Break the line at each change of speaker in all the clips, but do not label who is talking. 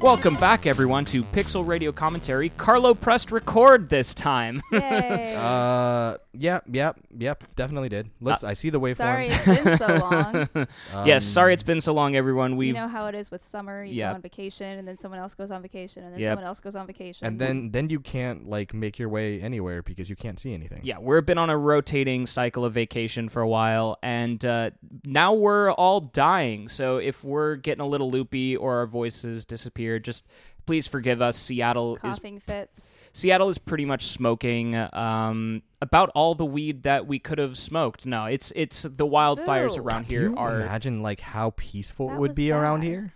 Welcome back, everyone, to Pixel Radio Commentary. Carlo pressed record this time.
Yay.
Uh, yep, yep, yep. Definitely did. Let's. I see the waveform. Um,
Sorry, it's been so long.
Uh, yes, sorry it's been so long, everyone. We've
you know how it is with summer. You
Yep.
go on vacation, and then someone else goes on vacation, and then
Yep.
someone else goes on vacation.
And then then you can't like make your way anywhere because you can't see anything.
yeah, we've been on a rotating cycle of vacation for a while, and uh, now we're all dying. So if we're getting a little loopy or our voices disappear, just please forgive us. Seattle is
coughing fits.
Seattle is pretty much smoking um, about all the weed that we could have smoked. No, it's it's the wildfires
Ew.
around
Do
here
Uh, you
are
imagine like how peaceful
That
it would
was
be around
bad.
here?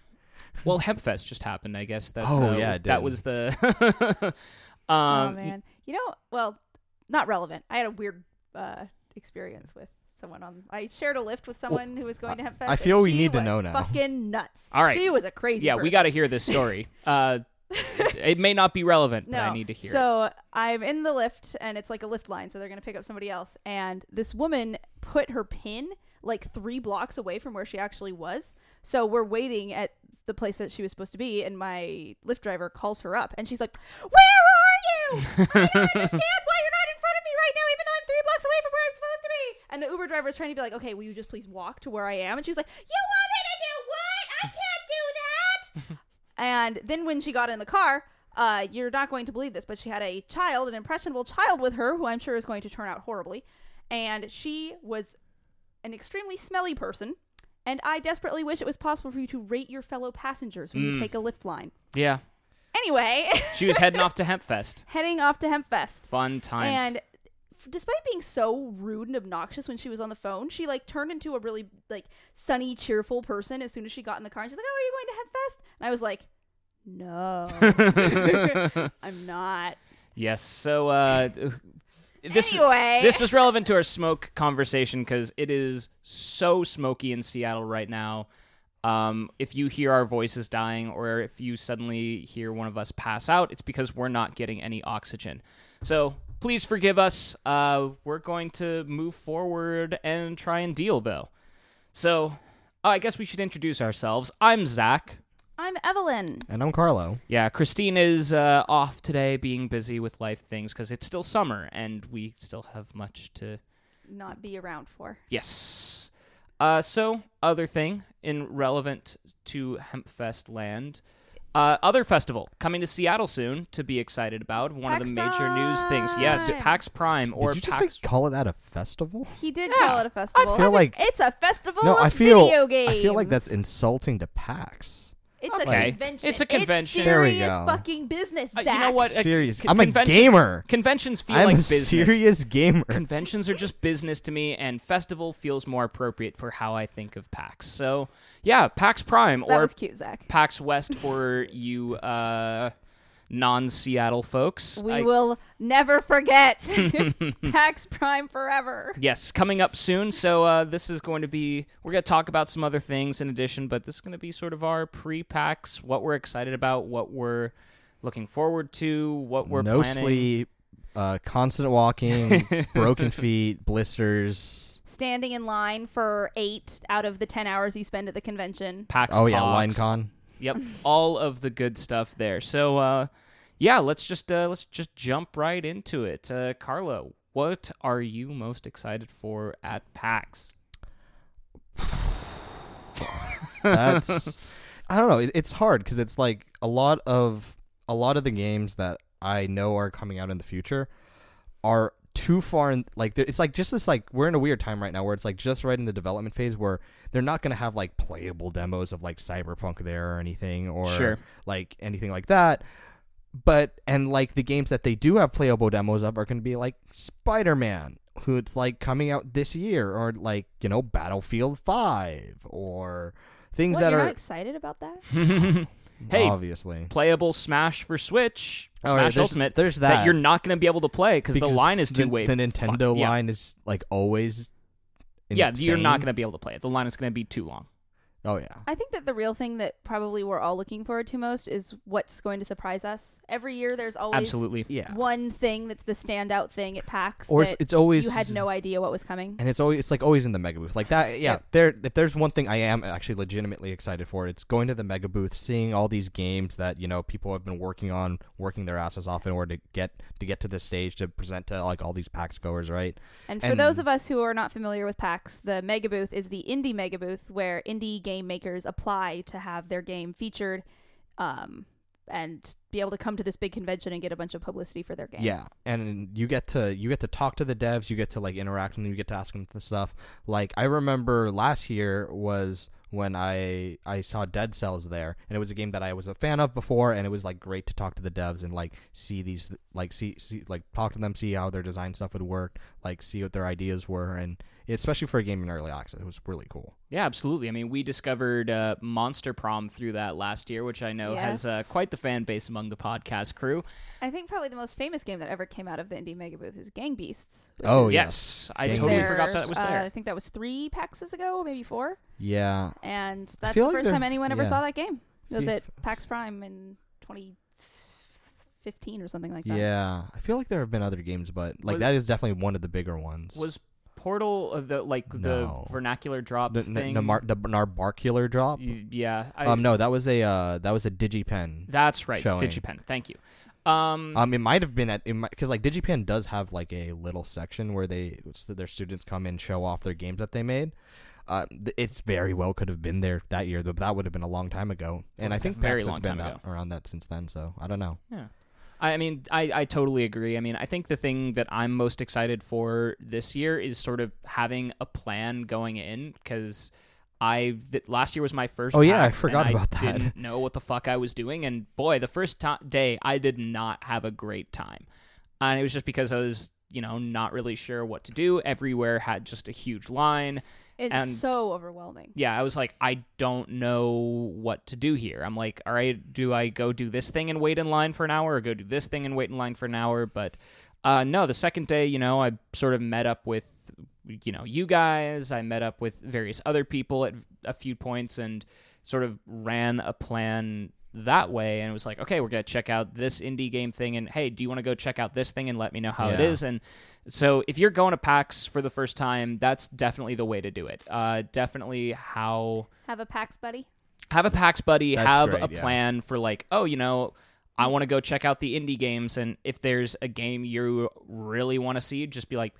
well. Hempfest just happened, I guess. That's,
Oh,
uh,
yeah, it
that
did.
was the.
oh
um,
man, you know, well, not relevant. I had a weird uh, experience with someone on. I shared a lift with someone who was going to Hempfest.
I feel
and
we
she
need to
was
know now.
Fucking nuts.
All right.
she was a crazy.
yeah, we
person.
got to hear this story. Uh, it may not be relevant,
No,
but I need to hear. it.
So I'm in the lift, and it's like a lift line, so they're gonna pick up somebody else. And this woman put her pin like three blocks away from where she actually was. So we're waiting at the place that she was supposed to be, and my lift driver calls her up, and she's like, "Where are you? I don't understand why you're not in front of me right now, even though I'm three blocks away from where I'm supposed to be." And the Uber driver is trying to be like, "Okay, will you just please walk to where I am?" And she was like, "You want me to do what? I can't do that." And then when she got in the car, uh, you're not going to believe this, but she had a child, an impressionable child with her, who I'm sure is going to turn out horribly. And she was an extremely smelly person. And I desperately wish it was possible for you to rate your fellow passengers when you take a lift line.
yeah,
Anyway,
she was heading off to Hempfest.
heading off to Hempfest.
Fun times.
And f- despite being so rude and obnoxious when she was on the phone, she like turned into a really like sunny, cheerful person as soon as she got in the car. And she's like, "Oh, are you going to Hempfest?" And I was like, "No, I'm not."
yes. So uh, this
Anyway.
this is relevant to our smoke conversation because it is so smoky in Seattle right now. Um, if you hear our voices dying, or if you suddenly hear one of us pass out, it's because we're not getting any oxygen. So please forgive us. Uh, we're going to move forward and try and deal, though. So uh, I guess we should introduce ourselves. I'm Zach.
I'm Evelyn.
And I'm Carlo.
Yeah, Christine is uh, off today, being busy with life things because it's still summer and we still have much to.
Not be around for.
Yes. Uh, so, other thing in relevant to Hempfest land, uh, other festival coming to Seattle soon to be excited about. One of
PAX
the major news things. Yes,
Prime.
PAX Prime or
Did you just
PAX.
like call it that a festival?
He did
Yeah.
call it a festival.
feel like-
it's a festival
no,
of
I feel
Oh, video games.
I feel like that's insulting to PAX.
It's
Okay.
a convention.
It's a convention.
It's
There we
serious
go.
fucking business.
Uh,
Zach.
you know what? Uh,
Serious.
con-
I'm a
convention-
gamer.
Conventions feel
I'm
like
a
business.
serious gamer.
Conventions are just business to me, and festival feels more appropriate for how I think of PAX. So, yeah, PAX Prime
That
or
was cute, Zach.
PAX West for you uh, non-Seattle folks.
We
I-
will never forget. Pax Prime forever.
Yes, coming up soon. So uh, this is going to be we're going to talk about some other things in addition, but this is going to be sort of our pre-packs, what we're excited about, what we're looking forward to, what we're
no
planning.
sleep, uh, constant walking, broken feet, blisters.
standing in line for eight out of the ten hours you spend at the convention.
Packs.
Oh yeah,
pogs.
line con.
Yep, all of the good stuff there. So uh, yeah, let's just uh, let's just jump right into it. Uh, Carlo, what are you most excited for at PAX?
That's I don't know. It, it's hard because it's like a lot of a lot of the games that I know are coming out in the future are too far in like they're- it's like just this like we're in a weird time right now where it's like just right in the development phase where they're not going to have like playable demos of like cyberpunk there or anything or
Sure.
like anything like that but and like the games that they do have playable demos of are going to be like spider-man who it's like coming out this year or like you know battlefield 5 or things
What,
that
you're
are
not excited about that?
Hey,
obviously
playable Smash for Switch,
All
Smash
right, there's-
Ultimate.
there's
that
that.
you're not going to be able to play because the
Because
line is
the-
two way.
The Nintendo line is like always
Yeah, you're not
insane.
going to be able to play it. The line is going to be too long.
Oh yeah.
I think that the real thing that probably we're all looking forward to most is what's going to surprise us. Every year, there's always
Absolutely.
Yeah.
one thing that's the standout thing at PAX
Or it's,
that
it's always
you had no idea what was coming.
and it's always it's like always in the mega booth like that yeah there if there's one thing i am actually legitimately excited for it's going to the mega booth seeing all these games that you know people have been working on working their asses off in order to get to get to this stage to present to like all these pax goers right
And for
and-
those of us who are not familiar with PAX, the Mega Booth is the indie Mega Booth where indie game makers apply to have their game featured um, and be able to come to this big convention and get a bunch of publicity for their game.
yeah and you get to you get to talk to the devs you get to like interact with them you get to ask them the stuff like i remember last year was when i i saw dead cells there and it was a game that i was a fan of before and it was like great to talk to the devs and like see these like see, see like talk to them see how their design stuff would work like see what their ideas were and especially for a game in early access it was really cool
Yeah, absolutely. I mean, we discovered uh, Monster Prom through that last year, which I know has
Yes.
uh, quite the fan base among the podcast crew.
I think probably the most famous game that ever came out of the indie Mega Booth is Gang Beasts. which
Oh,
is
yeah.
yes, I
Gang
totally
Beasts.
forgot that was
uh,
there.
I think that was three PAXs ago, maybe four.
yeah
And
I
that's the
feel like
first
they're-
time anyone ever
yeah.
saw that game. It was
Fif-
at PAX Prime in 2015 or something like that.
yeah i feel like there have been other games but like
Was-
that is definitely one of the bigger ones
was Portal uh, the like
No.
the vernacular drop
the, the,
thing?
the, Mar- the Narbarcular drop
Y- yeah, I,
um, no, that was a uh, that was a digipen.
that's right.
showing.
DigiPen. Thank you. Um,
Um, it might have been at because like digipen does have like a little section where they it's that their students come and show off their games that they made. Uh, th- it's very well could have been there that year, though that would have been a long time ago. And I
Well,
think
very
PAX has
long
been
time
that, around that since then. So I don't know.
Yeah. I I mean, I, I totally agree. I mean, I think the thing that I'm most excited for this year is sort of having a plan going in because I th- last year was my first.
Oh, yeah, I
PAX, and
forgot about that.
Didn't know what the fuck I was doing, and boy, the first to- day I did not have a great time, and it was just because I was you know not really sure what to do. Everywhere had just a huge line.
It's
And-
so overwhelming.
Yeah, I was like, I don't know what to do here. I'm like, all right, do I go do this thing and wait in line for an hour, or go do this thing and wait in line for an hour? But uh, no, the second day, you know, I sort of met up with, you know, you guys. I met up with various other people at a few points and sort of ran a plan that way. And it was like, okay, we're gonna check out this indie game thing, and hey, do you want to go check out this thing and let me know how it
Yeah.
is? And so if you're going to PAX for the first time, that's definitely the way to do it. Uh, definitely how
Have a PAX buddy.
have a PAX buddy,
That's
have
great,
a
yeah.
plan for like, oh, you know, I want to go check out the indie games, and if there's a game you really want to see, just be like,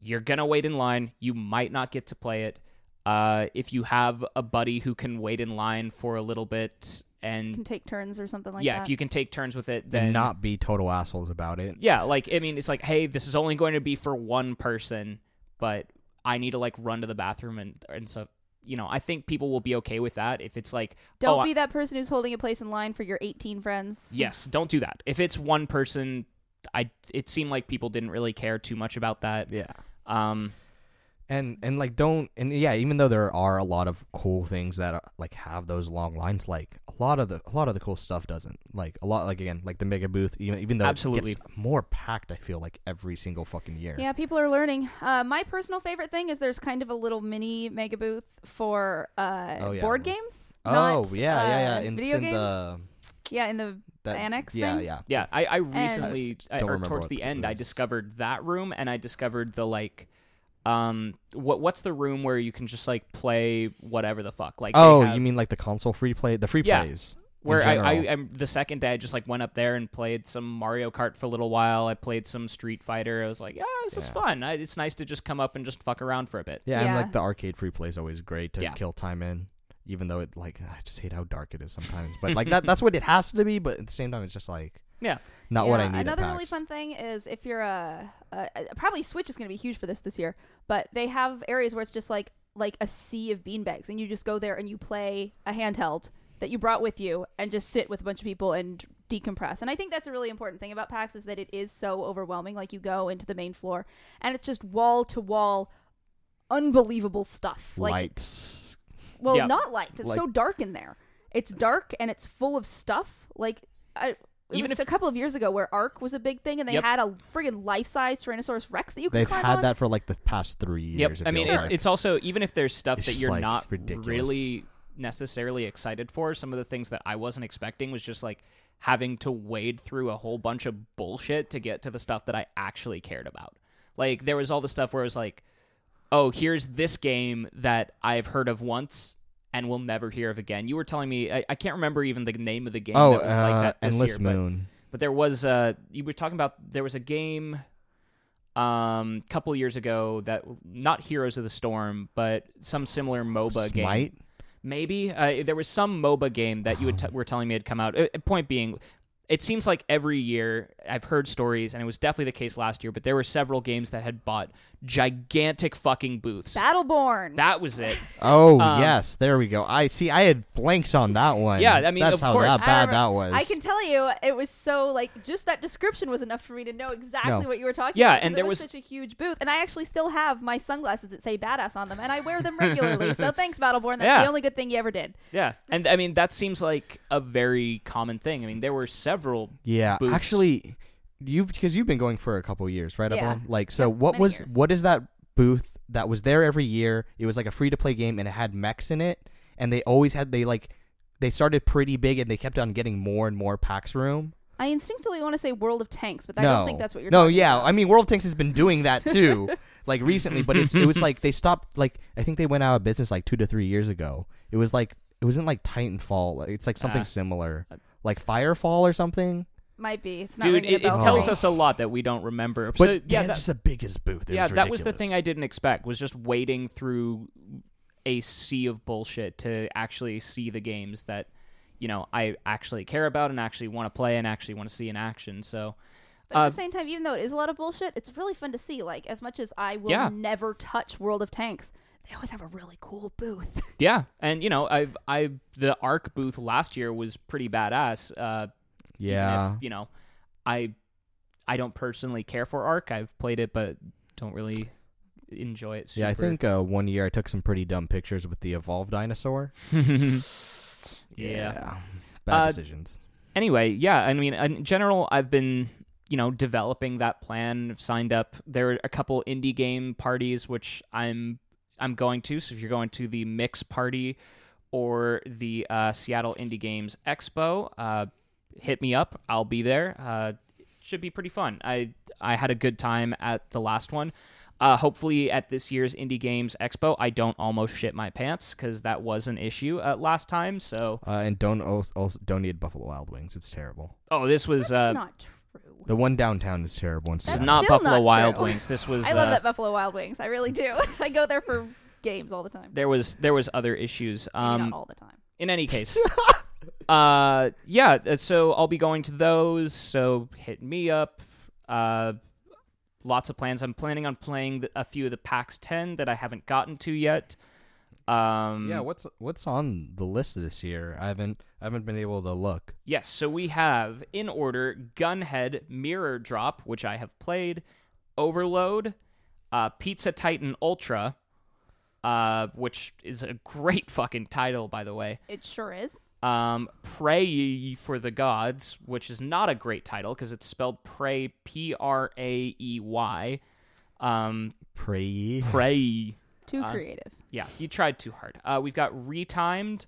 you're gonna wait in line. You might not get to play it. Uh, if you have a buddy who can wait in line for a little bit, and
Can take turns or something like
yeah,
that.
if you can take turns with it,
And
then
not be total assholes about it.
yeah, like I mean, it's like, hey, this is only going to be for one person, but I need to like run to the bathroom and and stuff. You know, I think people will be okay with that if it's like,
Don't
oh,
be that person who's holding a place in line for your 18 friends.
yes, don't do that. If it's one person, I it seemed like people didn't really care too much about that.
Yeah.
Um,
and and like don't and yeah even though there are a lot of cool things that are, like have those long lines like a lot of the a lot of the cool stuff doesn't like a lot like again like the mega booth even even though
Absolutely.
it gets more packed i feel like every single fucking year
Yeah, people are learning. Uh, my personal favorite thing is there's kind of a little mini mega booth for uh,
Oh, yeah.
board games.
oh
not,
yeah yeah yeah
uh,
and it's
video
in
games.
the
yeah, in the
that,
annex
yeah
thing?
yeah
yeah, I I recently I,
don't
or
remember
towards
what
the
it
end, I
was.
discovered that room, and I discovered the like. Um, what what's the room where you can just like play whatever the fuck? Like, they
oh
have-
you mean like the console free play the free
Yeah.
plays in
where I, I
general.
am the second day I just like went up there and played some Mario Kart for a little while. I played some Street Fighter. I was like, yeah, this is
Yeah.
fun. I, it's nice to just come up and just fuck around for a bit.
yeah,
Yeah.
and like the arcade free play is always great to
Yeah.
kill time in even though it like i just hate how dark it is sometimes but like that that's what it has to be but at the same time it's just like
Yeah.
not
yeah.
what i need at
Another really
PAX.
fun thing is if you're a, a, a probably Switch is going to be huge for this this year, but they have areas where it's just like like a sea of beanbags, and you just go there and you play a handheld that you brought with you and just sit with a bunch of people and decompress. And I think that's a really important thing about PAX is that it is so overwhelming. Like you go into the main floor and it's just wall to wall unbelievable stuff. Like
lights.
well,
Yeah.
not lights. It's
Like-
so dark in there. It's dark and it's full of stuff. Like I It
Even
was
if-
a couple of years ago where Ark was a big thing, and they
Yep.
had a friggin' life-size Tyrannosaurus Rex that you could
They've
climb
had
on.
that for like the past three years.
I mean,
feels
it,
like.
it's also even if there's stuff
It's
that
just,
you're
like,
not
ridiculous.
really necessarily excited for, some of the things that I wasn't expecting was just like having to wade through a whole bunch of bullshit to get to the stuff that I actually cared about. Like there was all the stuff where it was like, oh, here's this game that I've heard of once and will never hear of again. You were telling me I, I can't remember even the name of the game
oh,
that was like
uh,
that this
Endless
year, but-
Moon.
but there was uh you were talking about there was a game um couple years ago that not Heroes of the Storm, but some similar MOBA game.
Smite.
Maybe uh, there was some MOBA game that you would t- were telling me had come out. Uh, point being, it seems like every year I've heard stories, and it was definitely the case last year. But there were several games that had bought gigantic fucking booths.
Battleborn.
that was it.
Oh
Um,
yes, there we go. I see. I had blanks on that one.
Yeah, I mean,
that's
of
how
course.
that
I
bad
remember-
that was.
I can tell you, it was so like just that description was enough for me to know exactly
No.
what you were talking
Yeah,
about. 'cause
and
it
there was-
such a huge booth, and I actually still have my sunglasses that say "badass" on them, and I wear them regularly. so thanks, Battleborn. That's
Yeah.
the only good thing you ever did.
Yeah, and I mean that seems like a very common thing. I mean there were several.
Yeah,
booths.
actually, you've because you've been going for a couple years, right?
Yeah.
Evelyn? Like, so what
many
was
years.
what is that booth that was there every year? It was like a free to play game, and it had mechs in it, and they always had they like they started pretty big, and they kept on getting more and more packs room.
I instinctively want to say World of Tanks, but I
no,
don't think that's what you're.
no,
talking
yeah.
about.
I mean, World of Tanks has been doing that too, like recently, but it's it was like they stopped. Like I think they went out of business like two to three years ago. It was like it wasn't like Titanfall. like, It's like something
Ah.
similar, like Firefall or something.
might be. It's not
Dude,
ringing a
it,
bell
it
for
tells
me.
us a lot that we don't remember.
Oh. But
so,
yeah,
yeah, that-
just the biggest booth. It
yeah,
was
that was the
ridiculous.
thing I didn't expect was just wading through a sea of bullshit to actually see the games that you know I actually care about and actually want to play and actually want to see in action. So
But at
Uh,
the same time, even though it is a lot of bullshit, it's really fun to see. Like as much as I will
Yeah.
never touch World of Tanks, they always have a really cool booth.
yeah, and you know I've I the Arc booth last year was pretty badass. Uh, even
Yeah,
if, you know I I don't personally care for Arc. I've played it, but don't really enjoy it. Super.
yeah. I think uh, one year I took some pretty dumb pictures with the evolved dinosaur.
yeah.
bad
Uh,
decisions.
anyway, yeah, I mean, in general, I've been, you know, developing that plan. I've signed up. There are a couple indie game parties which I'm I'm going to. So if you're going to the Mix Party or the uh, Seattle Indie Games Expo, uh, hit me up. I'll be there. Uh, it should be pretty fun. I I had a good time at the last one. Uh, hopefully, at this year's Indie Games Expo, I don't almost shit my pants because that was an issue uh, last time. So,
Uh, and don't al- also don't eat Buffalo Wild Wings. It's terrible.
oh, this was
That's
uh,
not true.
The one downtown is terrible. In
This is
That's
Seattle.
not
still
Buffalo
not
Wild
true.
Wings. This was.
I love
uh,
that Buffalo Wild Wings. I really do. I go there for games all the time.
There was there was other issues.
Maybe
Um,
not all the time.
in any case, uh, yeah. uh, So I'll be going to those. So hit me up. Uh, lots of plans. I'm planning on playing th- a few of the PAX 10 that I haven't gotten to yet. Um,
Yeah, what's what's on the list this year? I haven't I haven't been able to look.
Yes, so we have in order Gunhead, Mirror Drop, which I have played, Overload, uh, Pizza Titan Ultra, uh, which is a great fucking title, by the way.
It sure is.
Um, Pray Ye for the Gods, which is not a great title because it's spelled Pray, P R A E Y. Um,
Pray ye.
pray.
Too
uh,
creative.
Yeah, you tried too hard. Uh, we've got Retimed.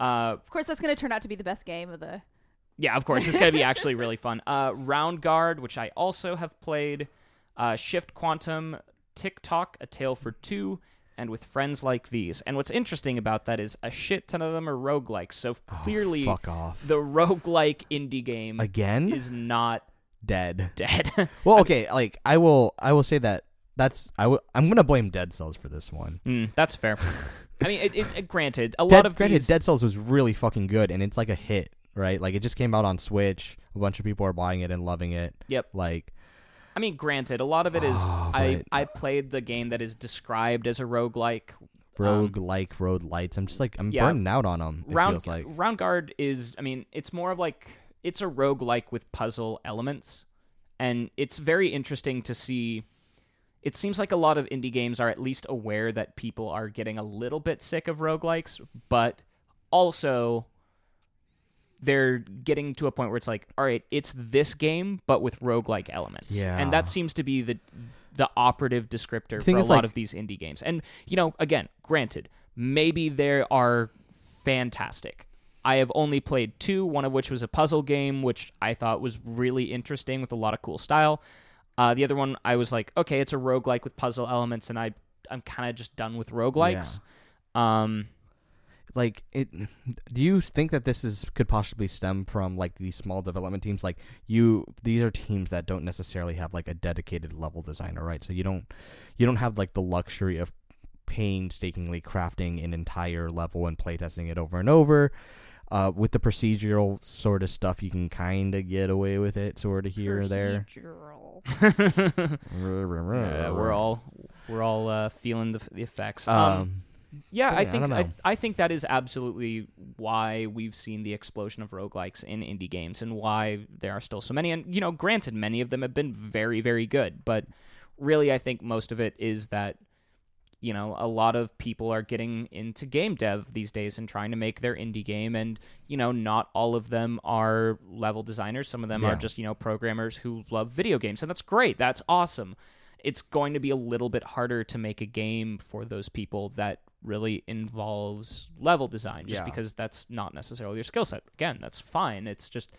Uh,
Of course, that's going to turn out to be the best game of the.
Yeah, of course. It's going to be actually really fun. Uh, Round Guard, which I also have played, uh, Shift Quantum, TikTok, A Tale for Two, and with friends like these. And what's interesting about that is a shit ton of them are roguelikes. So clearly,
Oh, fuck off.
the roguelike indie game
Again?
is not
Dead.
dead.
Well, okay, like I will I will say that that's I w- I'm going to blame Dead Cells for this one.
Mm, that's fair. I mean, it, it, granted, a lot
Dead,
of
granted,
these-
Dead Cells was really fucking good, and it's like a hit, right? Like it just came out on Switch. A bunch of people are buying it and loving it.
Yep.
Like
I mean, granted, a lot of it is
Oh,
I
but-
I played the game that is described as a roguelike,
rogue like road lights. I'm just like I'm
Um, yeah.
burning out on them. It
round
feels like
round guard is i mean it's more of like it's a roguelike with puzzle elements and it's very interesting to see it seems like a lot of indie games are at least aware that people are getting a little bit sick of roguelikes but also they're getting to a point where it's like, all right, it's this game, but with roguelike elements.
Yeah.
And that seems to be the the operative descriptor
thing
for a
is,
lot
like-
of these indie games. And, you know, again, granted, maybe they are fantastic. I have only played two, one of which was a puzzle game, which I thought was really interesting with a lot of cool style. Uh, the other one, I was like, okay, it's a roguelike with puzzle elements, and I, I'm kind of just done with roguelikes. Um,
like it do you think that this is could possibly stem from like these small development teams like you these are teams that don't necessarily have like a dedicated level designer right so you don't you don't have like the luxury of painstakingly crafting an entire level and playtesting it over and over uh, with the procedural sort of stuff you can kind of get away with it sort of here or there
Procedural.
uh, we're all we're all uh, feeling the, the effects.
um,
Um, yeah,
but
I
yeah, I
think
don't
I,
know.
I think that is absolutely why we've seen the explosion of roguelikes in indie games and why there are still so many. And you know, granted, many of them have been very very good, but really, I think most of it is that you know a lot of people are getting into game dev these days and trying to make their indie game and you know not all of them are level designers some of them are
Yeah.
just you know programmers who love video games and that's great that's awesome it's going to be a little bit harder to make a game for those people that really involves level design just
Yeah.
because that's not necessarily your skill set again that's fine it's just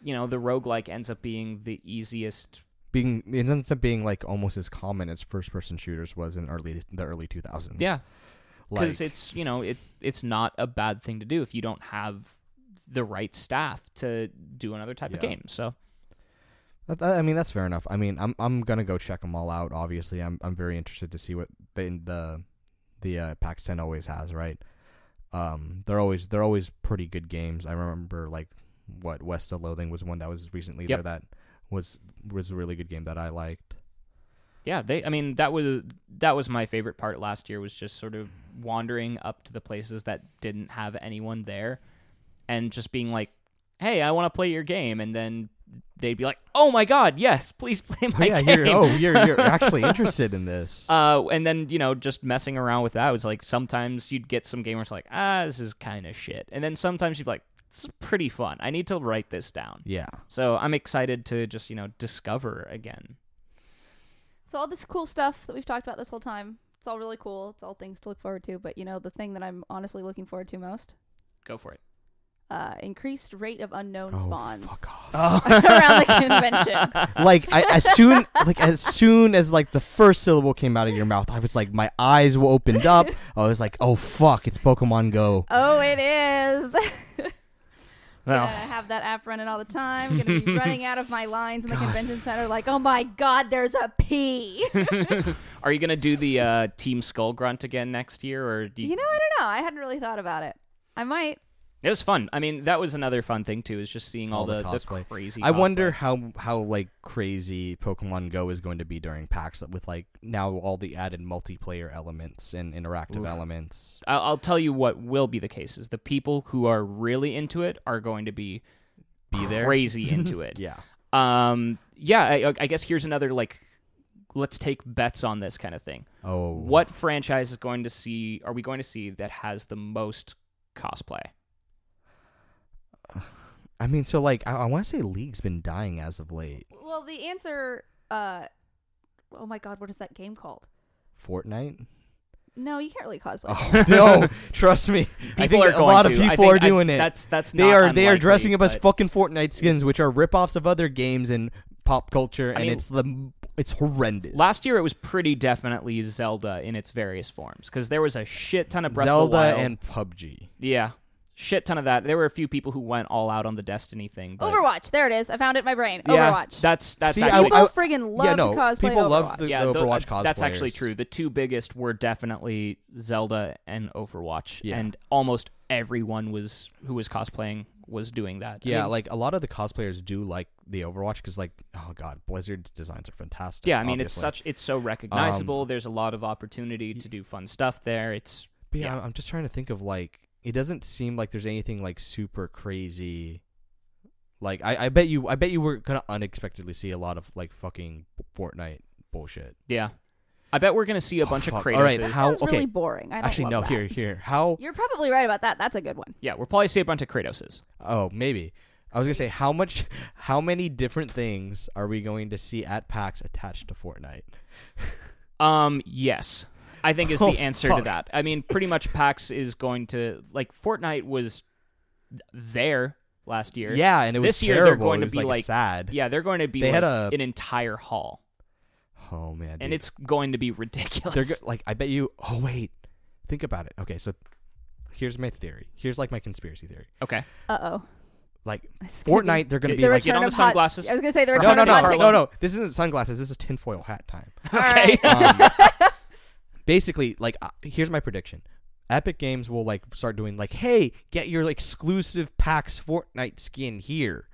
you know the roguelike ends up being the easiest
being it ends up being like almost as common as first person shooters was in early the early 2000s
yeah
like
because it's you know it it's not a bad thing to do if you don't have the right staff to do another type of
Yeah.
game. So
That- that- I mean, that's fair enough. I mean, I'm I'm gonna go check them all out. Obviously, I'm I'm very interested to see what the the the uh, Pakistan always has. Right, um, they're always they're always pretty good games. I remember like what West of Loathing was one that was recently
Yep.
there that was was a really good game that I liked.
yeah, they I mean that was that was my favorite part last year was just sort of wandering up to the places that didn't have anyone there and just being like, "Hey, I want to play your game." And then they'd be like, "Oh my god, yes, please play my
yeah,
game."
you're oh you're you're actually interested in this.
Uh, and then you know, just messing around with that was like sometimes you'd get some gamers like, ah, this is kind of shit, and then sometimes you'd be like, this is pretty fun. I need to write this down.
yeah,
So I'm excited to just you know discover again.
So all this cool stuff that we've talked about this whole time, it's all really cool. It's all things to look forward to. But you know, the thing that I'm honestly looking forward to most,
Go for it.
uh, increased rate of unknown
oh
spawns
fuck off.
around the convention.
like I, as soon like as soon as like the first syllable came out of your mouth, I was like my eyes were opened up. I was like, oh fuck, it's Pokemon Go.
Oh, it is.
Well,
Gonna have that app running all the time. Gonna be running out of my lines in the convention center. Like, oh my god, there's a P.
are you gonna do the uh, Team Skull Grunt again next year, or do you,
you know, I don't know. I hadn't really thought about it. I might.
it was fun. I mean, that was another fun thing too, is just seeing all,
All
the,
the
the
cosplay.
crazy.
I wonder
cosplay.
how how like crazy Pokemon Go is going to be during PAX with like now all the added multiplayer elements and interactive
Oof.
elements.
I'll, I'll tell you what will be the case is the people who are really into it are going to be
Be there.
crazy into it.
Yeah.
um yeah I, I guess here's another like let's take bets on this kind of thing
Oh.
what franchise is going to see are we going to see that has the most cosplay
I mean, so like I, I want to say League's been dying as of late.
Well, the answer. Uh, oh my god, what is that game called?
Fortnite.
No, you can't really cosplay.
Oh no! Trust me. I
People
think
are
that a
going
lot of
to. I
people
think
are
I-
doing it.
that's that's
They
not
are they are
unlikely,
dressing up as
but-
fucking Fortnite skins, which are ripoffs of other games and pop culture, and
mean-
it's the it's horrendous.
last year it was pretty definitely zelda in its various forms because there was a shit ton of breath of the
Zelda
Wild.
and PUBG.
yeah shit ton of that there were a few people who went all out on the destiny thing
Oh,
but
Overwatch. There it is. I found it in my brain.
yeah
Overwatch.
that's that's
See, I-
actually
people
I-
friggin' love
yeah, no,
to cosplay
people
Overwatch.
love the-
yeah, tho- uh,
Overwatch
That's actually
cosplayers.
true. The two biggest were definitely Zelda and Overwatch,
Yeah.
and almost everyone was who was cosplaying was doing that. I
Yeah,
mean,
like a lot of the cosplayers do like the Overwatch because, like, oh god, Blizzard's designs are fantastic.
yeah. I mean, it's
obviously. Um,
such it's so recognizable. There's a lot of opportunity to do fun stuff there. It's
But yeah, I'm just trying to think of like it doesn't seem like there's anything like super crazy. Like I, I bet you, I bet you we're gonna unexpectedly see a lot of like fucking Fortnite bullshit.
yeah. I bet we're gonna see a bunch of
Oh, fuck.
Kratoses.
All right, how-
Sounds really
okay.
boring. I don't
Actually,
love
no.
that.
Here, here. How?
You're probably right about that. That's a good one.
Yeah, we'll probably see a bunch of Kratoses.
Oh, maybe. I was gonna say how much, how many different things are we going to see at PAX attached to Fortnite?
Um, yes, I think is the
Oh,
answer to
fuck.
that. I mean, pretty much PAX is going to like Fortnite was th- there last year.
Yeah, and it was
This year they're
terrible.
going
It
to
was,
be,
like,
like-
sad.
yeah, they're going to be
They had
like,
a-
an entire hall,
Oh man,
and
dude.
it's going to be ridiculous.
They're go- like, I bet you. Oh wait, think about it. Okay, so here's my theory. Here's like my conspiracy theory.
okay,
Uh oh.
Like Fortnite, they're gonna
Get-
be
The
like,
get
return
on
of
the
hot-
sunglasses.
I was gonna say the
No,
no,
return
no,
of
no,
hot
Harlem.
no, no. This isn't sunglasses. This is tinfoil hat time.
okay,
Um, basically, like, uh, here's my prediction. Epic Games will like start doing like, hey, get your exclusive PAX Fortnite skin here,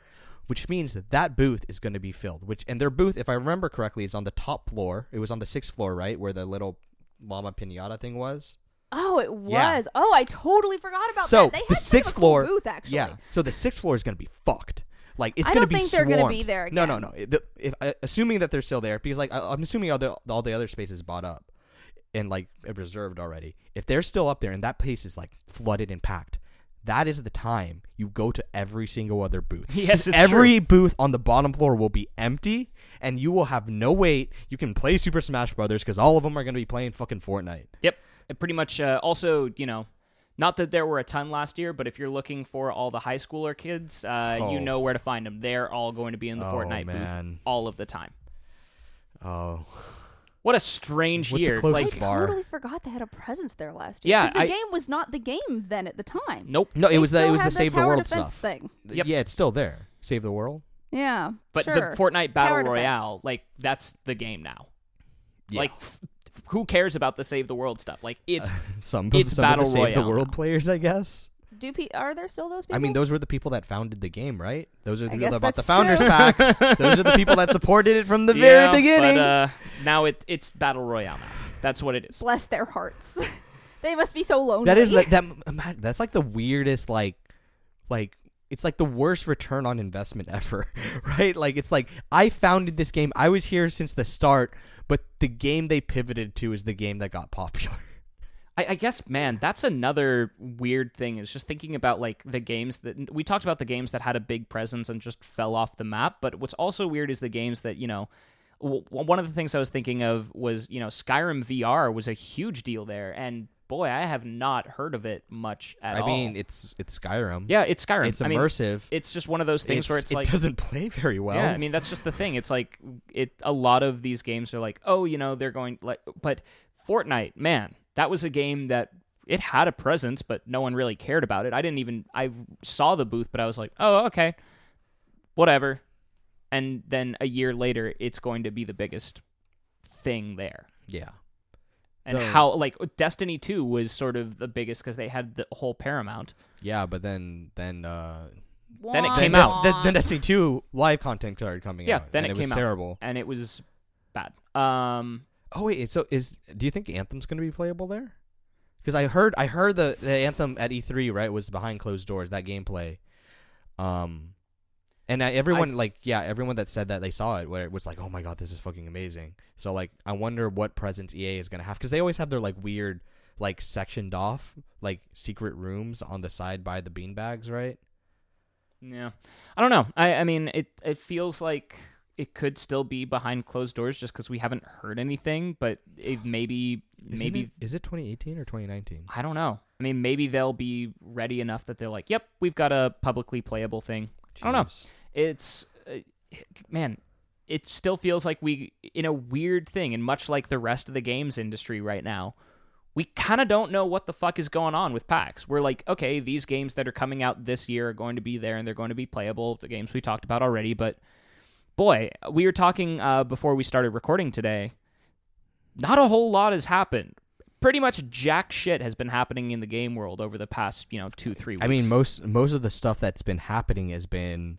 which means that that booth is going to be filled. Which and their booth, if I remember correctly, is on the top floor. It was on the sixth floor, right, where the little llama pinata thing was.
Oh, it was.
Yeah.
Oh, I totally forgot about that.
so
Oh, They had
the
kind of a
sixth
cool
floor
booth actually.
Yeah. So the sixth floor is going to be fucked. Like it's
I
going to
don't
be
think they're gonna
swarmed.
be there
No, no, no. It- the- If, uh, assuming that they're still there, because like I, I'm assuming all the all the other space is bought up and like reserved already. If they're still up there and that place is like flooded and packed. That is the time you go to every single other booth.
Yes, it's
every booth on the bottom floor will be empty, and you will have no wait. You can play Super Smash Brothers because all of them are going to be playing fucking Fortnite.
Yep. And pretty much. Uh, also, you know, not that there were a ton last year, but if you're looking for all the high schooler kids, uh, you
Oh.
know where to find them. They're all going to be in the
Oh,
Fortnite booth
man.
all of the time.
Oh,
What a strange
What's the
year!
I
like,
closest- bar.
totally forgot they had a presence there last year.
Yeah,
'Cause the
I-
game was not the game then at the time.
nope.
no!
They
It was the
still
it was
had
the Save the
tower
World
defense
stuff.
thing.
Yep.
Yeah, it's still there. Save the world.
Yeah,
But
sure.
the Fortnite Battle
Tower defense.
Royale, like that's the game now.
Yeah.
Like, f- who cares about the Save the World stuff? Like, it's
some
It's
some of
Battle
the Save the
Royale
World
now.
players, I guess.
Do pe- are there still those people?
I mean, those were the people that founded the game, right? Those are the
I
people
guess
that bought the
that's
founders
true.
packs. those are the people that supported it from the
Yeah,
very beginning.
But, uh, now it it's Battle Royale now. That's what it is.
bless their hearts. they must be so lonely.
that is like that. ima- That's like the weirdest. Like, like it's like the worst return on investment ever, right? Like it's like I founded this game. I was here since the start, but the game they pivoted to is the game that got popular.
I, I guess, man, that's another weird thing is just thinking about like the games that we talked about the games that had a big presence and just fell off the map. But what's also weird is the games that, you know, w- w- one of the things I was thinking of was, you know, Skyrim VR was a huge deal there. And boy, I have not heard of it much at
I
all.
mean, it's it's Skyrim.
yeah, it's Skyrim.
it's
I mean,
immersive.
it's just one of those things where
It's-
it's like,
it doesn't play very well.
yeah, I mean that's just the thing. It's like it. A lot of these games are like, oh, you know, they're going like, but Fortnite, man, that was a game that it had a presence, but no one really cared about it. I didn't even I saw the booth, but I was like, oh, okay, whatever. And then a year later, it's going to be the biggest thing there.
yeah.
And
Though-
how like Destiny Two was sort of the biggest because they had the whole Paramount.
Yeah, but then then uh
then it
Wah,
came
then
out.
wah.
This, then, then Destiny Two live content started coming
Yeah,
out.
then
and
it
was
came out.
terrible.
and it was bad. Um,
Oh wait, so is do you think Anthem's gonna be playable there? Because I heard I heard the, the Anthem at E three right was behind closed doors that gameplay, um, and I, everyone
I-
like yeah everyone that said that they saw it where it was like oh my god this is fucking amazing. So like I wonder what presence EA is gonna have because they always have their like weird like sectioned off like secret rooms on the side by the beanbags right.
Yeah, I don't know. I I mean it it feels like it could still be behind closed doors just because we haven't heard anything. But it maybe
Isn't
maybe
it- is it 2018 or 2019?
I don't know. I mean maybe they'll be ready enough that they're like, yep, we've got a publicly playable thing. I don't know.
Jeez.
It's uh, man. It still feels like we, in a weird thing, and much like the rest of the games industry right now, we kind of don't know what the fuck is going on with PAX. We're like, okay, these games that are coming out this year are going to be there and they're going to be playable, the games we talked about already. But boy, we were talking uh, before we started recording today. Not a whole lot has happened. Pretty much jack shit has been happening in the game world over the past, you know, two, three weeks.
I mean, most most of the stuff that's been happening has been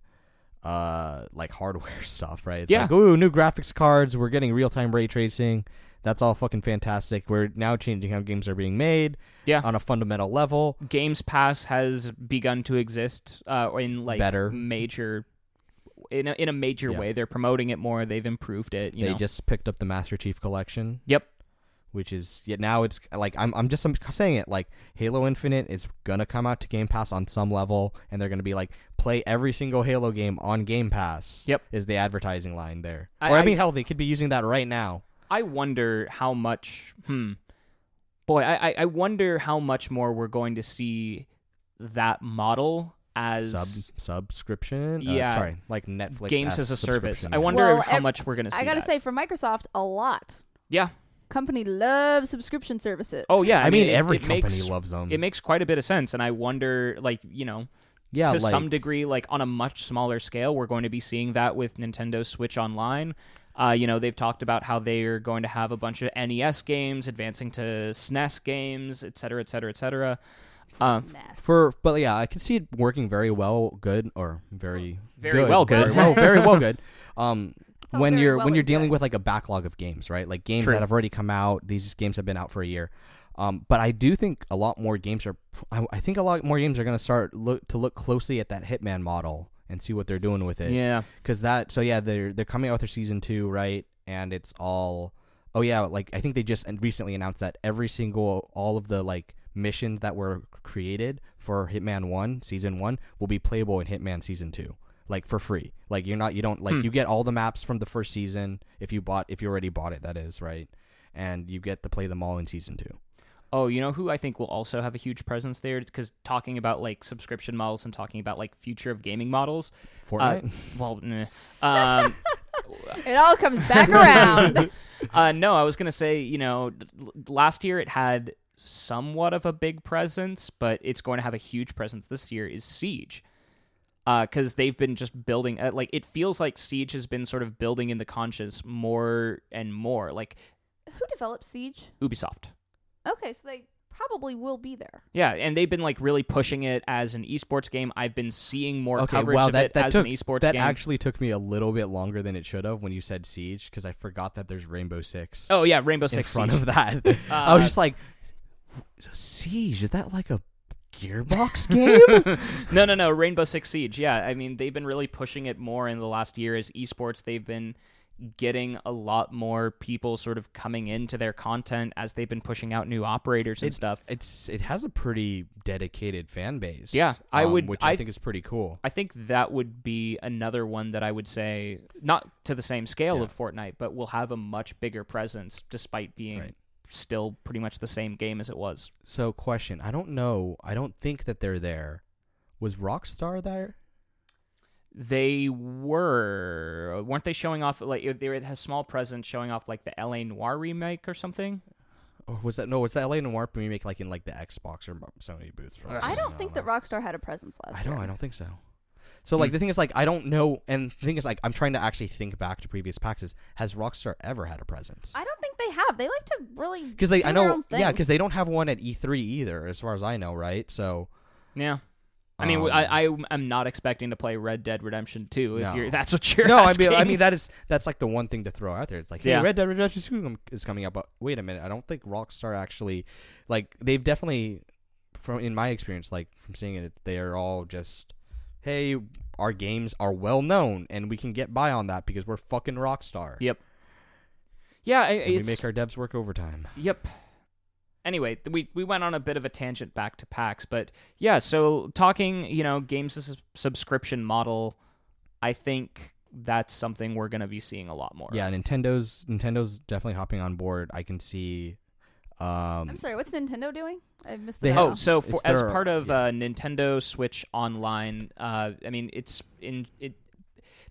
uh like hardware stuff, right? It's
Yeah.
Like, Ooh, new graphics cards. We're getting real time ray tracing. That's all fucking fantastic. We're now changing how games are being made
yeah.
on a fundamental level.
Games Pass has begun to exist uh, in like
Better.
major in a, in a major
Yeah.
way. They're promoting it more. They've improved it. You
they
know.
just picked up the Master Chief Collection.
yep.
which is yet now it's like I'm I'm just I'm saying it like Halo Infinite is gonna come out to Game Pass on some level, and they're gonna be like play every single Halo game on Game Pass.
Yep.
is the advertising line there?
I-
or I,
I-
mean, hell, they could be using that right now.
I wonder how much. Hmm. Boy, I I- I wonder how much more we're going to see that model as
Sub subscription. Uh,
Yeah.
sorry, like Netflix
games as a service.
subscription,
I
yeah.
wonder
Well,
how
ev-
much we're going to see.
I gotta
that.
say, for Microsoft, a lot.
yeah.
Company loves subscription services.
Oh yeah.
I, mean,
it-
every
it
company
makes-
loves them.
It makes quite a bit of sense, and I wonder, like you know,
yeah,
to
like,
some degree, like on a much smaller scale, we're going to be seeing that with Nintendo Switch Online. Uh, you know, they've talked about how they are going to have a bunch of NES games advancing to SNES games, et cetera, et cetera, et cetera. Uh,
Mess.
for but yeah, I can see it working very well, good or very
Very well good.
very well, very well good. Um,
all
when
very
you're
well
when you're
and good.
dealing with like a backlog of games, right? Like games
True.
that have already come out. These games have been out for a year. Um, but I do think a lot more games are. I, I think a lot more games are going to start look to look closely at that Hitman model and see what they're doing with it.
yeah,
Because that. So yeah, they're they're coming out with their season two, right? And it's all. Oh yeah, like I think they just recently announced that every single all of the like missions that were created for Hitman One season one will be playable in Hitman season two, like for free. Like you're not you don't like
Hmm.
you get all the maps from the first season if you bought if you already bought it that is right, and you get to play them all in season two.
Oh, you know who I think will also have a huge presence there? Because talking about like subscription models and talking about like future of gaming models.
Fortnite.
Uh, well, nah. um,
It all comes back around.
uh, no, I was gonna say, you know, d- l- last year it had somewhat of a big presence, but it's going to have a huge presence this year. Is Siege? Because they've been just building, uh, like it feels like Siege has been sort of building in the conscience more and more, like
Who developed Siege?
Ubisoft.
Okay, so they probably will be there.
Yeah, and they've been like really pushing it as an esports game. I've been seeing more
okay,
coverage
wow,
of
that,
it
that
as
took,
an esports
that
game.
actually took me a little bit longer than it should have when you said Siege because I forgot that there's Rainbow Six.
oh yeah, Rainbow
in
Six
front
Siege.
of that.
Uh,
I was just like, Siege, is that like a Gearbox game?
no, no, no, Rainbow Six Siege. Yeah, I mean they've been really pushing it more in the last year as esports. They've been getting a lot more people sort of coming into their content as they've been pushing out new operators and stuff.
It's it has a pretty dedicated fan base. um,
Yeah, I would-
which I,
I-
think is pretty cool.
I think that would be another one that I would say not to the same scale
Yeah.
of Fortnite, but will have a much bigger presence despite being
Right.
still pretty much the same game as it was.
So, question: I don't know. I don't think that they're there. Was Rockstar there?
they were weren't they showing off like they had a small presence showing off like the LA Noir remake or something?
Or was that no? Was that LA Noir remake like in like the Xbox or Sony booths? Right?
I don't think that Rockstar had a presence last
I don't.
year.
I don't think so. So like the thing is like I don't know, and the thing is like I'm trying to actually think back to previous packs. Is has Rockstar ever had a presence?
I don't think they have. They like to really
because they
do
I
their
know
own thing.
yeah because they don't have one at E3 either as far as I know right so
Yeah. I mean,
Um,
I, I am not expecting to play Red Dead Redemption 2 if
No.
you're that's what you're
no I
asking.
mean I mean that is that's like the one thing to throw out there it's like hey
Yeah.
Red Dead Redemption 2 is coming out but wait a minute I don't think Rockstar actually like they've definitely from in my experience like from seeing it they are all just hey our games are well known and we can get by on that because we're fucking Rockstar
Yep. yeah, I-
and we
it's,
make our devs work overtime
Yep. Anyway, th- we we went on a bit of a tangent back to PAX, but yeah, so talking, you know, games as a subscription model, I think that's something we're going to be seeing a lot more.
yeah
of.
Nintendo's Nintendo's definitely hopping on board I can see um
I'm sorry. What's Nintendo doing? I missed the.
They
memo.
Oh, so for,
It's
as
their-
part of
yeah.
uh, Nintendo Switch Online, uh, I mean, it's in it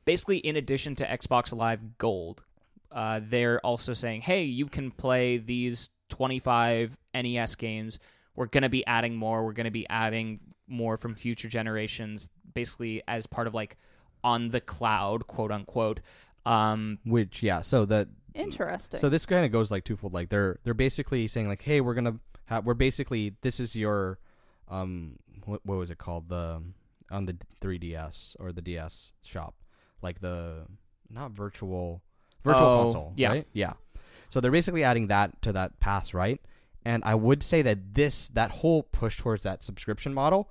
basically in addition to Xbox Live Gold, uh, they're also saying, hey, you can play these 25 NES games. We're going to be adding more. We're going to be adding more from future generations, basically as part of like on the cloud, quote unquote. Um,
which yeah so that
interesting.
Oh. So this kind of goes like twofold. Like they're they're basically saying like, hey, we're gonna have we're basically this is your um what, what was it called the on the 3ds or the DS shop like the not virtual virtual
Oh,
console
yeah.
right yeah. So they're basically adding that to that pass right, and I would say that this that whole push towards that subscription model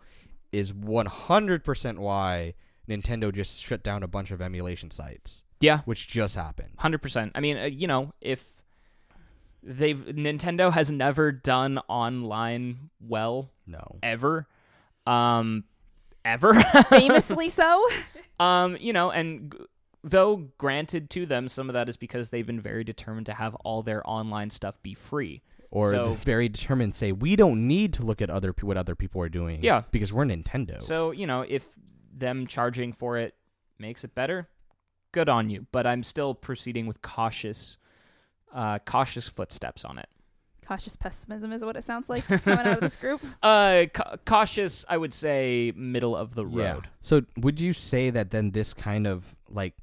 is 100% why Nintendo just shut down a bunch of emulation sites,
yeah,
which just happened.
Hundred percent. I mean, uh, you know, if they've Nintendo has never done online well
No.
ever. Um ever.
famously so.
um, you know, and g- though granted to them some of that is because they've been very determined to have all their online stuff be free.
Or
So-
very determined say we don't need to look at other pe- what other people are doing.
Yeah.
Because we're Nintendo.
So, you know, if them charging for it makes it better, good on you, but I'm still proceeding with cautious uh cautious footsteps on it.
Cautious pessimism is what it sounds like coming out of this group.
Uh, ca- cautious, I would say, middle of the
Yeah.
road.
So would you say that then this kind of like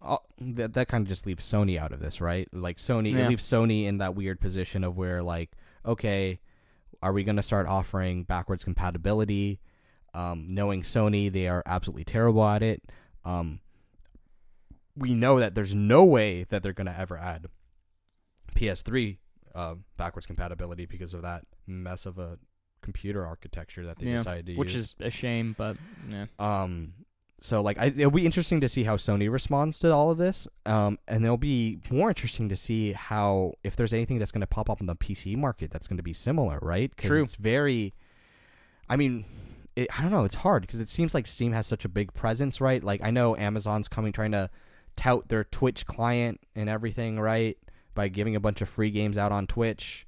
uh, that that kind of just leaves Sony out of this, right? Like Sony,
Yeah.
it leaves Sony in that weird position of where like, okay, are we going to start offering backwards compatibility? Um, knowing Sony, they are absolutely terrible at it. Um, we know that there's no way that they're going to ever add PS3 uh, backwards compatibility because of that mess of a computer architecture that they
Yeah,
decided to
which
use.
is a shame, but yeah.
Um, so like, I, it'll be interesting to see how Sony responds to all of this. Um, and it'll be more interesting to see how if there's anything that's going to pop up in the PC market that's going to be similar, right? 'Cause
True.
It's very. I mean, it, I don't know. It's hard because it seems like Steam has such a big presence, right? Like I know Amazon's coming trying to tout their Twitch client and everything, right? By giving a bunch of free games out on Twitch.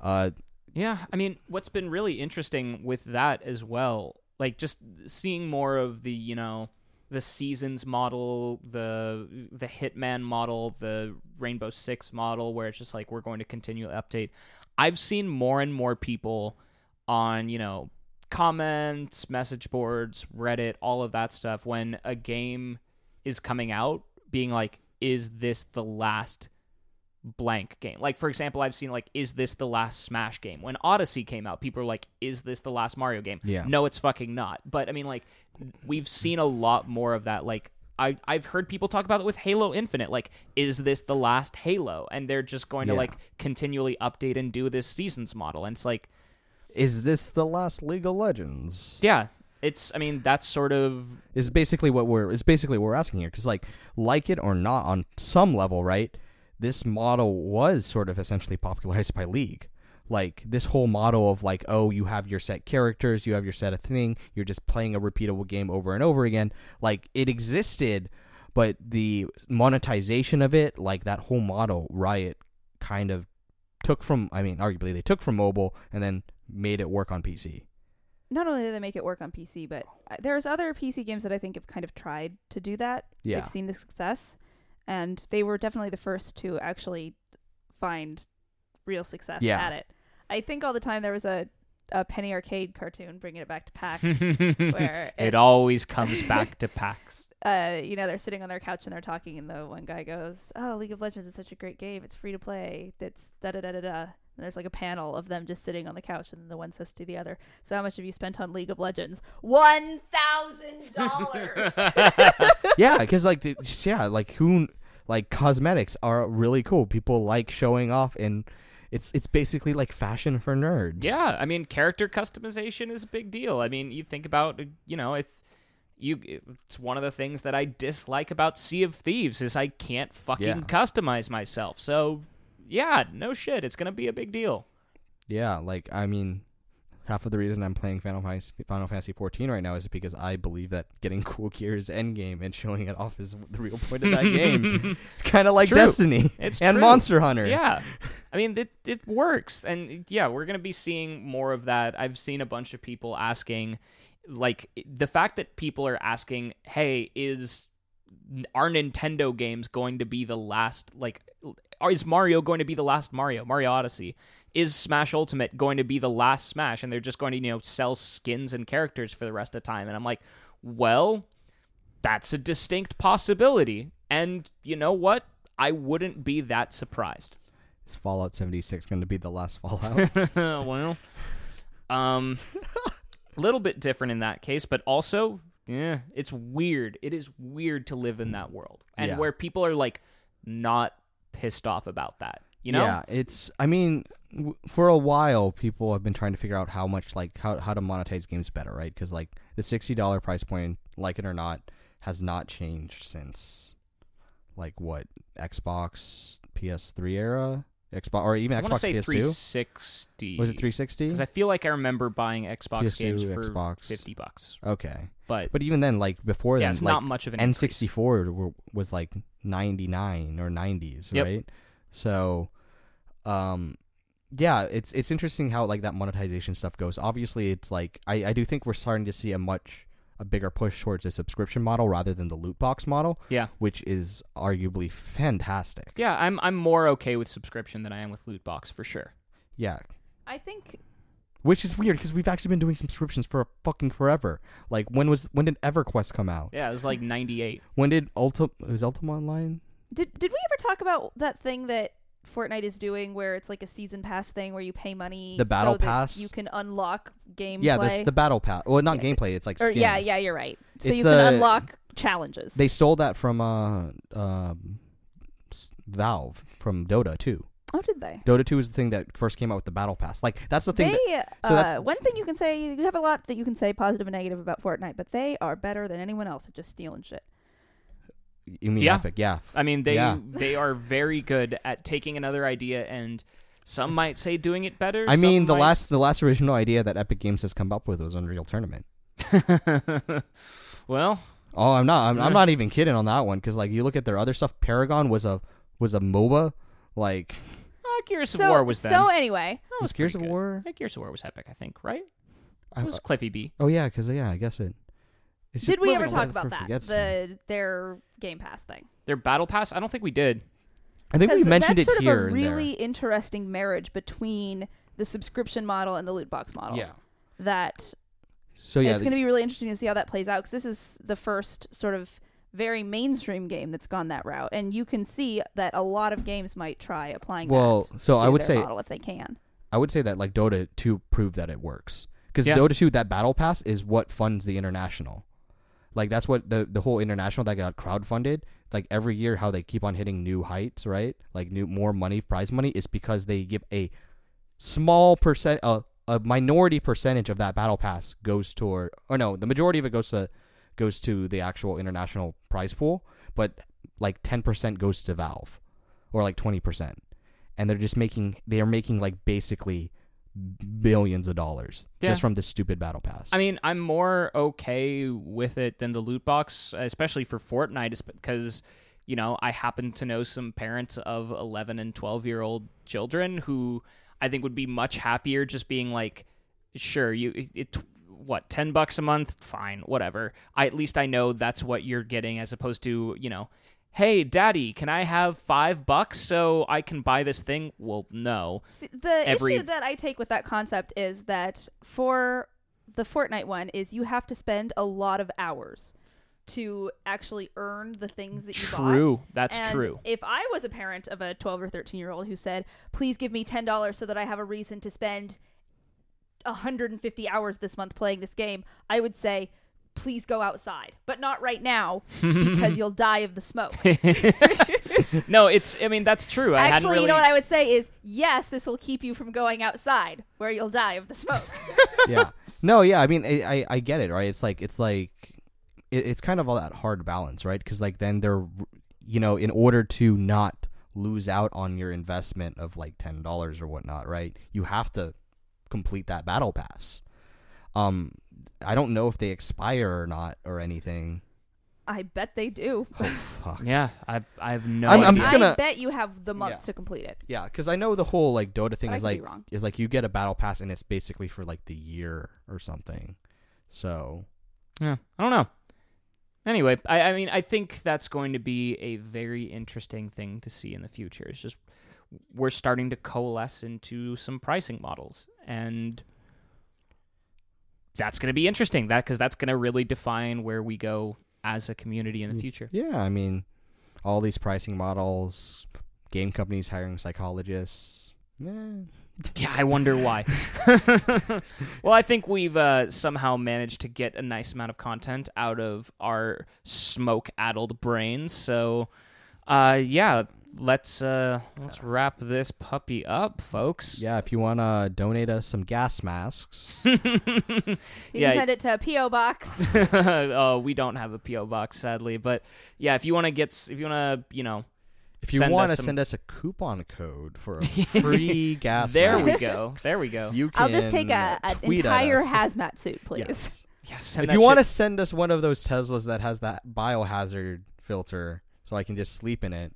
Uh,
Yeah, I mean, what's been really interesting with that as well, like just seeing more of the, you know, the seasons model, the the Hitman model, the Rainbow Six model, where it's just like we're going to continually update. I've seen more and more people on, you know, comments, message boards, Reddit, all of that stuff when a game is coming out, being like, is this the last blank game. Like for example, I've seen like is this the last Smash game? When Odyssey came out, people were like is this the last Mario game?
Yeah.
No, it's fucking not. But I mean like we've seen a lot more of that like I I've heard people talk about it with Halo Infinite like is this the last Halo? And they're just going to
Yeah.
like continually update and do this seasons model. And it's like
is this the last League of Legends?
yeah, it's I mean that's sort of
is basically what we're it's basically what we're asking here because like like it or not on some level right this model was sort of essentially popularized by league like this whole model of like oh you have your set characters you have your set of thing you're just playing a repeatable game over and over again like it existed but the monetization of it like that whole model riot kind of took from i mean arguably they took from mobile and then made it work on pc
Not only did they make it work on PC, but uh, there's other PC games that I think have kind of tried to do that.
yeah
They've seen the success, and they were definitely the first to actually find real success
Yeah.
at it. I think all the time there was a, a Penny Arcade cartoon bringing it back to PAX. where
it
it's-
always comes back to PAX.
uh, you know, they're sitting on their couch and they're talking, and the one guy goes, "Oh, League of Legends is such a great game. It's free to play. That's da da da da da." And there's like a panel of them just sitting on the couch, and the one says to the other, "So how much have you spent on League of Legends? One thousand dollars."
yeah, because like, the, just, yeah, like who, like cosmetics are really cool. People like showing off, and it's it's basically like fashion for nerds.
Yeah, I mean, character customization is a big deal. I mean, you think about, uh, you know, if you, it's one of the things that I dislike about Sea of Thieves is I can't fucking
Yeah.
customize myself. So, yeah, no shit, it's gonna be a big deal.
yeah. Like I mean, half of the reason I'm playing Final Fantasy, Final Fantasy 14 right now is because I believe that getting cool gear is endgame, and showing it off is the real point of that game. Kind of like
true.
Destiny
It's
and
true.
Monster Hunter.
Yeah, I mean, it it works, and yeah, we're gonna be seeing more of that. I've seen a bunch of people asking, like, the fact that people are asking, "Hey, is are Nintendo games going to be the last like are- is Mario going to be the last Mario Mario Odyssey is Smash Ultimate going to be the last Smash and they're just going to you know sell skins and characters for the rest of time and I'm like well that's a distinct possibility and you know what I wouldn't be that surprised
Is Fallout 76 going to be the last Fallout?
well um little bit different in that case but also yeah it's weird it is weird to live in that world and
Yeah.
where people are like not pissed off about that you know
yeah it's i mean w- for a while people have been trying to figure out how much like how, how to monetize games better right because like the $60 price point like it or not has not changed since like what xbox ps3 era Xbox or even
I want to
Xbox
say
PS2.
360.
Was it 360?
Because I feel like I remember buying Xbox
PS2,
games for
Xbox.
50 bucks.
Okay,
But,
but even then, like before
yeah,
then,
it's
like
not much of an increase.
N64 were, was like 99 or 90s,
Yep.
right? So, um, yeah, it's it's interesting how like that monetization stuff goes. Obviously, it's like I, I do think we're starting to see a much a bigger push towards a subscription model rather than the loot box model,
Yeah.
which is arguably fantastic.
Yeah, I'm I'm more okay with subscription than I am with loot box for sure.
Yeah,
I think
which is weird because we've actually been doing subscriptions for fucking forever. Like when was when did EverQuest come out?
Yeah, it was like 98.
When did Ultima was Ultima Online?
did did we ever talk about that thing that Fortnite is doing where it's like a season pass thing where you pay money
The battle
so that
pass?
you can unlock gameplay.
Yeah, that's the battle pass. Well, not
Yeah.
gameplay. It's like
or
skins.
yeah, yeah, you're right. So
It's
you can
a-
unlock challenges.
They stole that from uh, um, s- Valve from Dota 2.
oh, did they?
Dota 2 is the thing that first came out with the battle pass. Like that's the thing.
They
that,
uh,
so that's-
one thing you can say you have a lot that you can say positive and negative about Fortnite, but they are better than anyone else at just stealing shit.
you mean
Yeah.
Epic? Yeah.
I mean, they
Yeah.
they are very good at taking another idea and some might say doing it better.
I mean,
some
the
might-
last the last original idea that Epic Games has come up with was Unreal Tournament.
well,
Oh, I'm not. I'm, I'm
Yeah.
not even kidding on that one because like you look at their other stuff. Paragon was a was a MOBA. Like
uh, Gears of
so,
War was then.
so anyway,
That
was
was
Gears of
pretty good.
War.
I think Gears of War was epic, I think, right?
I-
It was Cliffy B.
oh yeah, because yeah, I guess it. it's just
did we
moving
ever
away
talk
for-
about that?
forgets me.
The their Game Pass thing.
Their Battle Pass? I don't think we did.
I think we
Because
mentioned
that's
it
sort
here
of a
and
really interesting marriage between the subscription model and the loot box model.
there. Yeah.
That
So Oh, yeah,
it's
the-
going to be really interesting to see how that plays out because this is the first sort of very mainstream game that's gone that route, and you can see that a lot of games might try applying.
well,
that
so I
to
would
their
say
model if they can.
I would say that like Dota 2 proved that it works because
Yeah.
Dota 2 that battle pass is what funds the international. Like that's what the the whole international that got crowdfunded. Like every year, how they keep on hitting new heights, right? Like new more money, prize money, is because they give a small percent, a, a minority percentage of that battle pass goes toward, or no, the majority of it goes to goes to the actual international prize pool, but like ten percent goes to Valve, or like twenty percent, and they're just making they are making like basically billions of dollars
Yeah.
just from this stupid battle pass.
I mean, I'm more okay with it than the loot box, especially for Fortnite, is because you know I happen to know some parents of 11 and 12 year old children who I think would be much happier just being like, sure, you it, it what 10 bucks a month, fine, whatever. I at least I know that's what you're getting as opposed to you know. Hey, daddy, can I have five bucks so I can buy this thing? Well, no.
See, the
every-
issue that I take with that concept is that for the Fortnite one is you have to spend a lot of hours to actually earn the things that you bought.
True. That's
And
true.
If I was a parent of a 12 or 13 year old who said, please give me $10 so that I have a reason to spend 150 hours this month playing this game, I would say, please go outside, but not right now because you'll die of the smoke.
No, it's. I mean, that's true. I hadn't
Actually,
really...
you know what I would say is, yes, this will keep you from going outside where you'll die of the smoke.
yeah. No, yeah. I mean, I, I, I get it, right? It's like it's like it, it's kind of all that hard balance, right? Because like then they're you know in order to not lose out on your investment of like ten dollars or whatnot, right? You have to complete that battle pass. Um, I don't know if they expire or not or anything.
I bet they do.
Oh fuck.
Yeah, I I have no.
I'm- I'm
idea.
just gonna-
I bet you have the month
Yeah.
to complete it.
Yeah, because I know the whole like Dota thing
I
is
could be
like
wrong.
is like you get a battle pass and it's basically for like the year or something. So
Yeah, I don't know. Anyway, I, I mean, I think that's going to be a very interesting thing to see in the future. It's just we're starting to coalesce into some pricing models, and that's going to be interesting. That because that's going to really define where we go as a community
Mm.
in the future.
Yeah, I mean, all these pricing models, game companies hiring psychologists. Eh.
Yeah, I wonder why. well, I think we've uh, somehow managed to get a nice amount of content out of our smoke-addled brains. So, uh, yeah, let's uh, let's wrap this puppy up, folks.
Yeah, if you want to donate us some gas masks,
You
Yeah.
can send it to a P.O. Box.
oh, we don't have a PO box, sadly, but yeah, if you want to get, s- if you want to, you know,
If you
send
want
us
to
some-
send us a coupon code for a free gas,
there we
mask,
go. There we go.
You can
I'll just take a,
uh,
an
tweet at
entire
us.
hazmat suit, please.
Yes.
yeah, send
If
that
you want to
shit.
send us one of those Teslas that has that biohazard filter, so I can just sleep in it.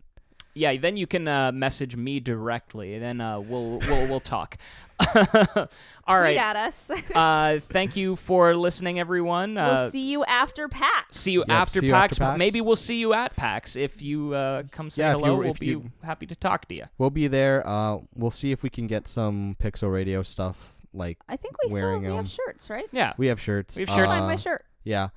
yeah, then you can uh, message me directly. Then uh, we'll we'll we'll talk. All
Tweet
right.
at us.
Uh, thank you for listening, everyone. Uh,
we'll see you after PAX.
see you
Yep,
after
see you
PAX.
after PAX.
Maybe we'll see you at PAX if you uh, come say
Yeah, if
hello.
you-
we'll
if
be
you-
happy to talk to you.
We'll be there. Uh, we'll see if we can get some Pixel Radio stuff. Like
I think we still
Wearing
we
them.
have shirts, right?
Yeah.
we have shirts.
We have
Oh, I
shirts.
find
Uh,
my shirt.
Yeah.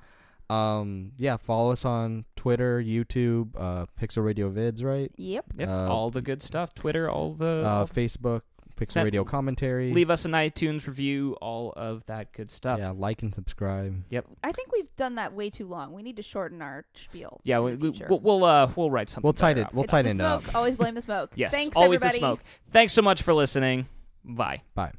Um, yeah. Follow us on Twitter, YouTube, uh, Pixel Radio Vids, right?
Yep.
Yep,
uh,
all the good stuff. Twitter, all the.
Uh,
all-
Facebook, Pixel
Send-
Radio Commentary.
leave us an iTunes review. All of that good stuff.
yeah, like and subscribe.
I think we've done that way too long. We need to shorten our spiel.
Yeah,
in
we,
the
we,
future.
we'll we'll, uh, we'll write something.
We'll tight
better
it.
up.
We'll
It's
tighten
the
it up.
smoke. Always blame the smoke.
yes,
Thanks
always
everybody.
the smoke. Thanks so much for listening. Bye.
Bye.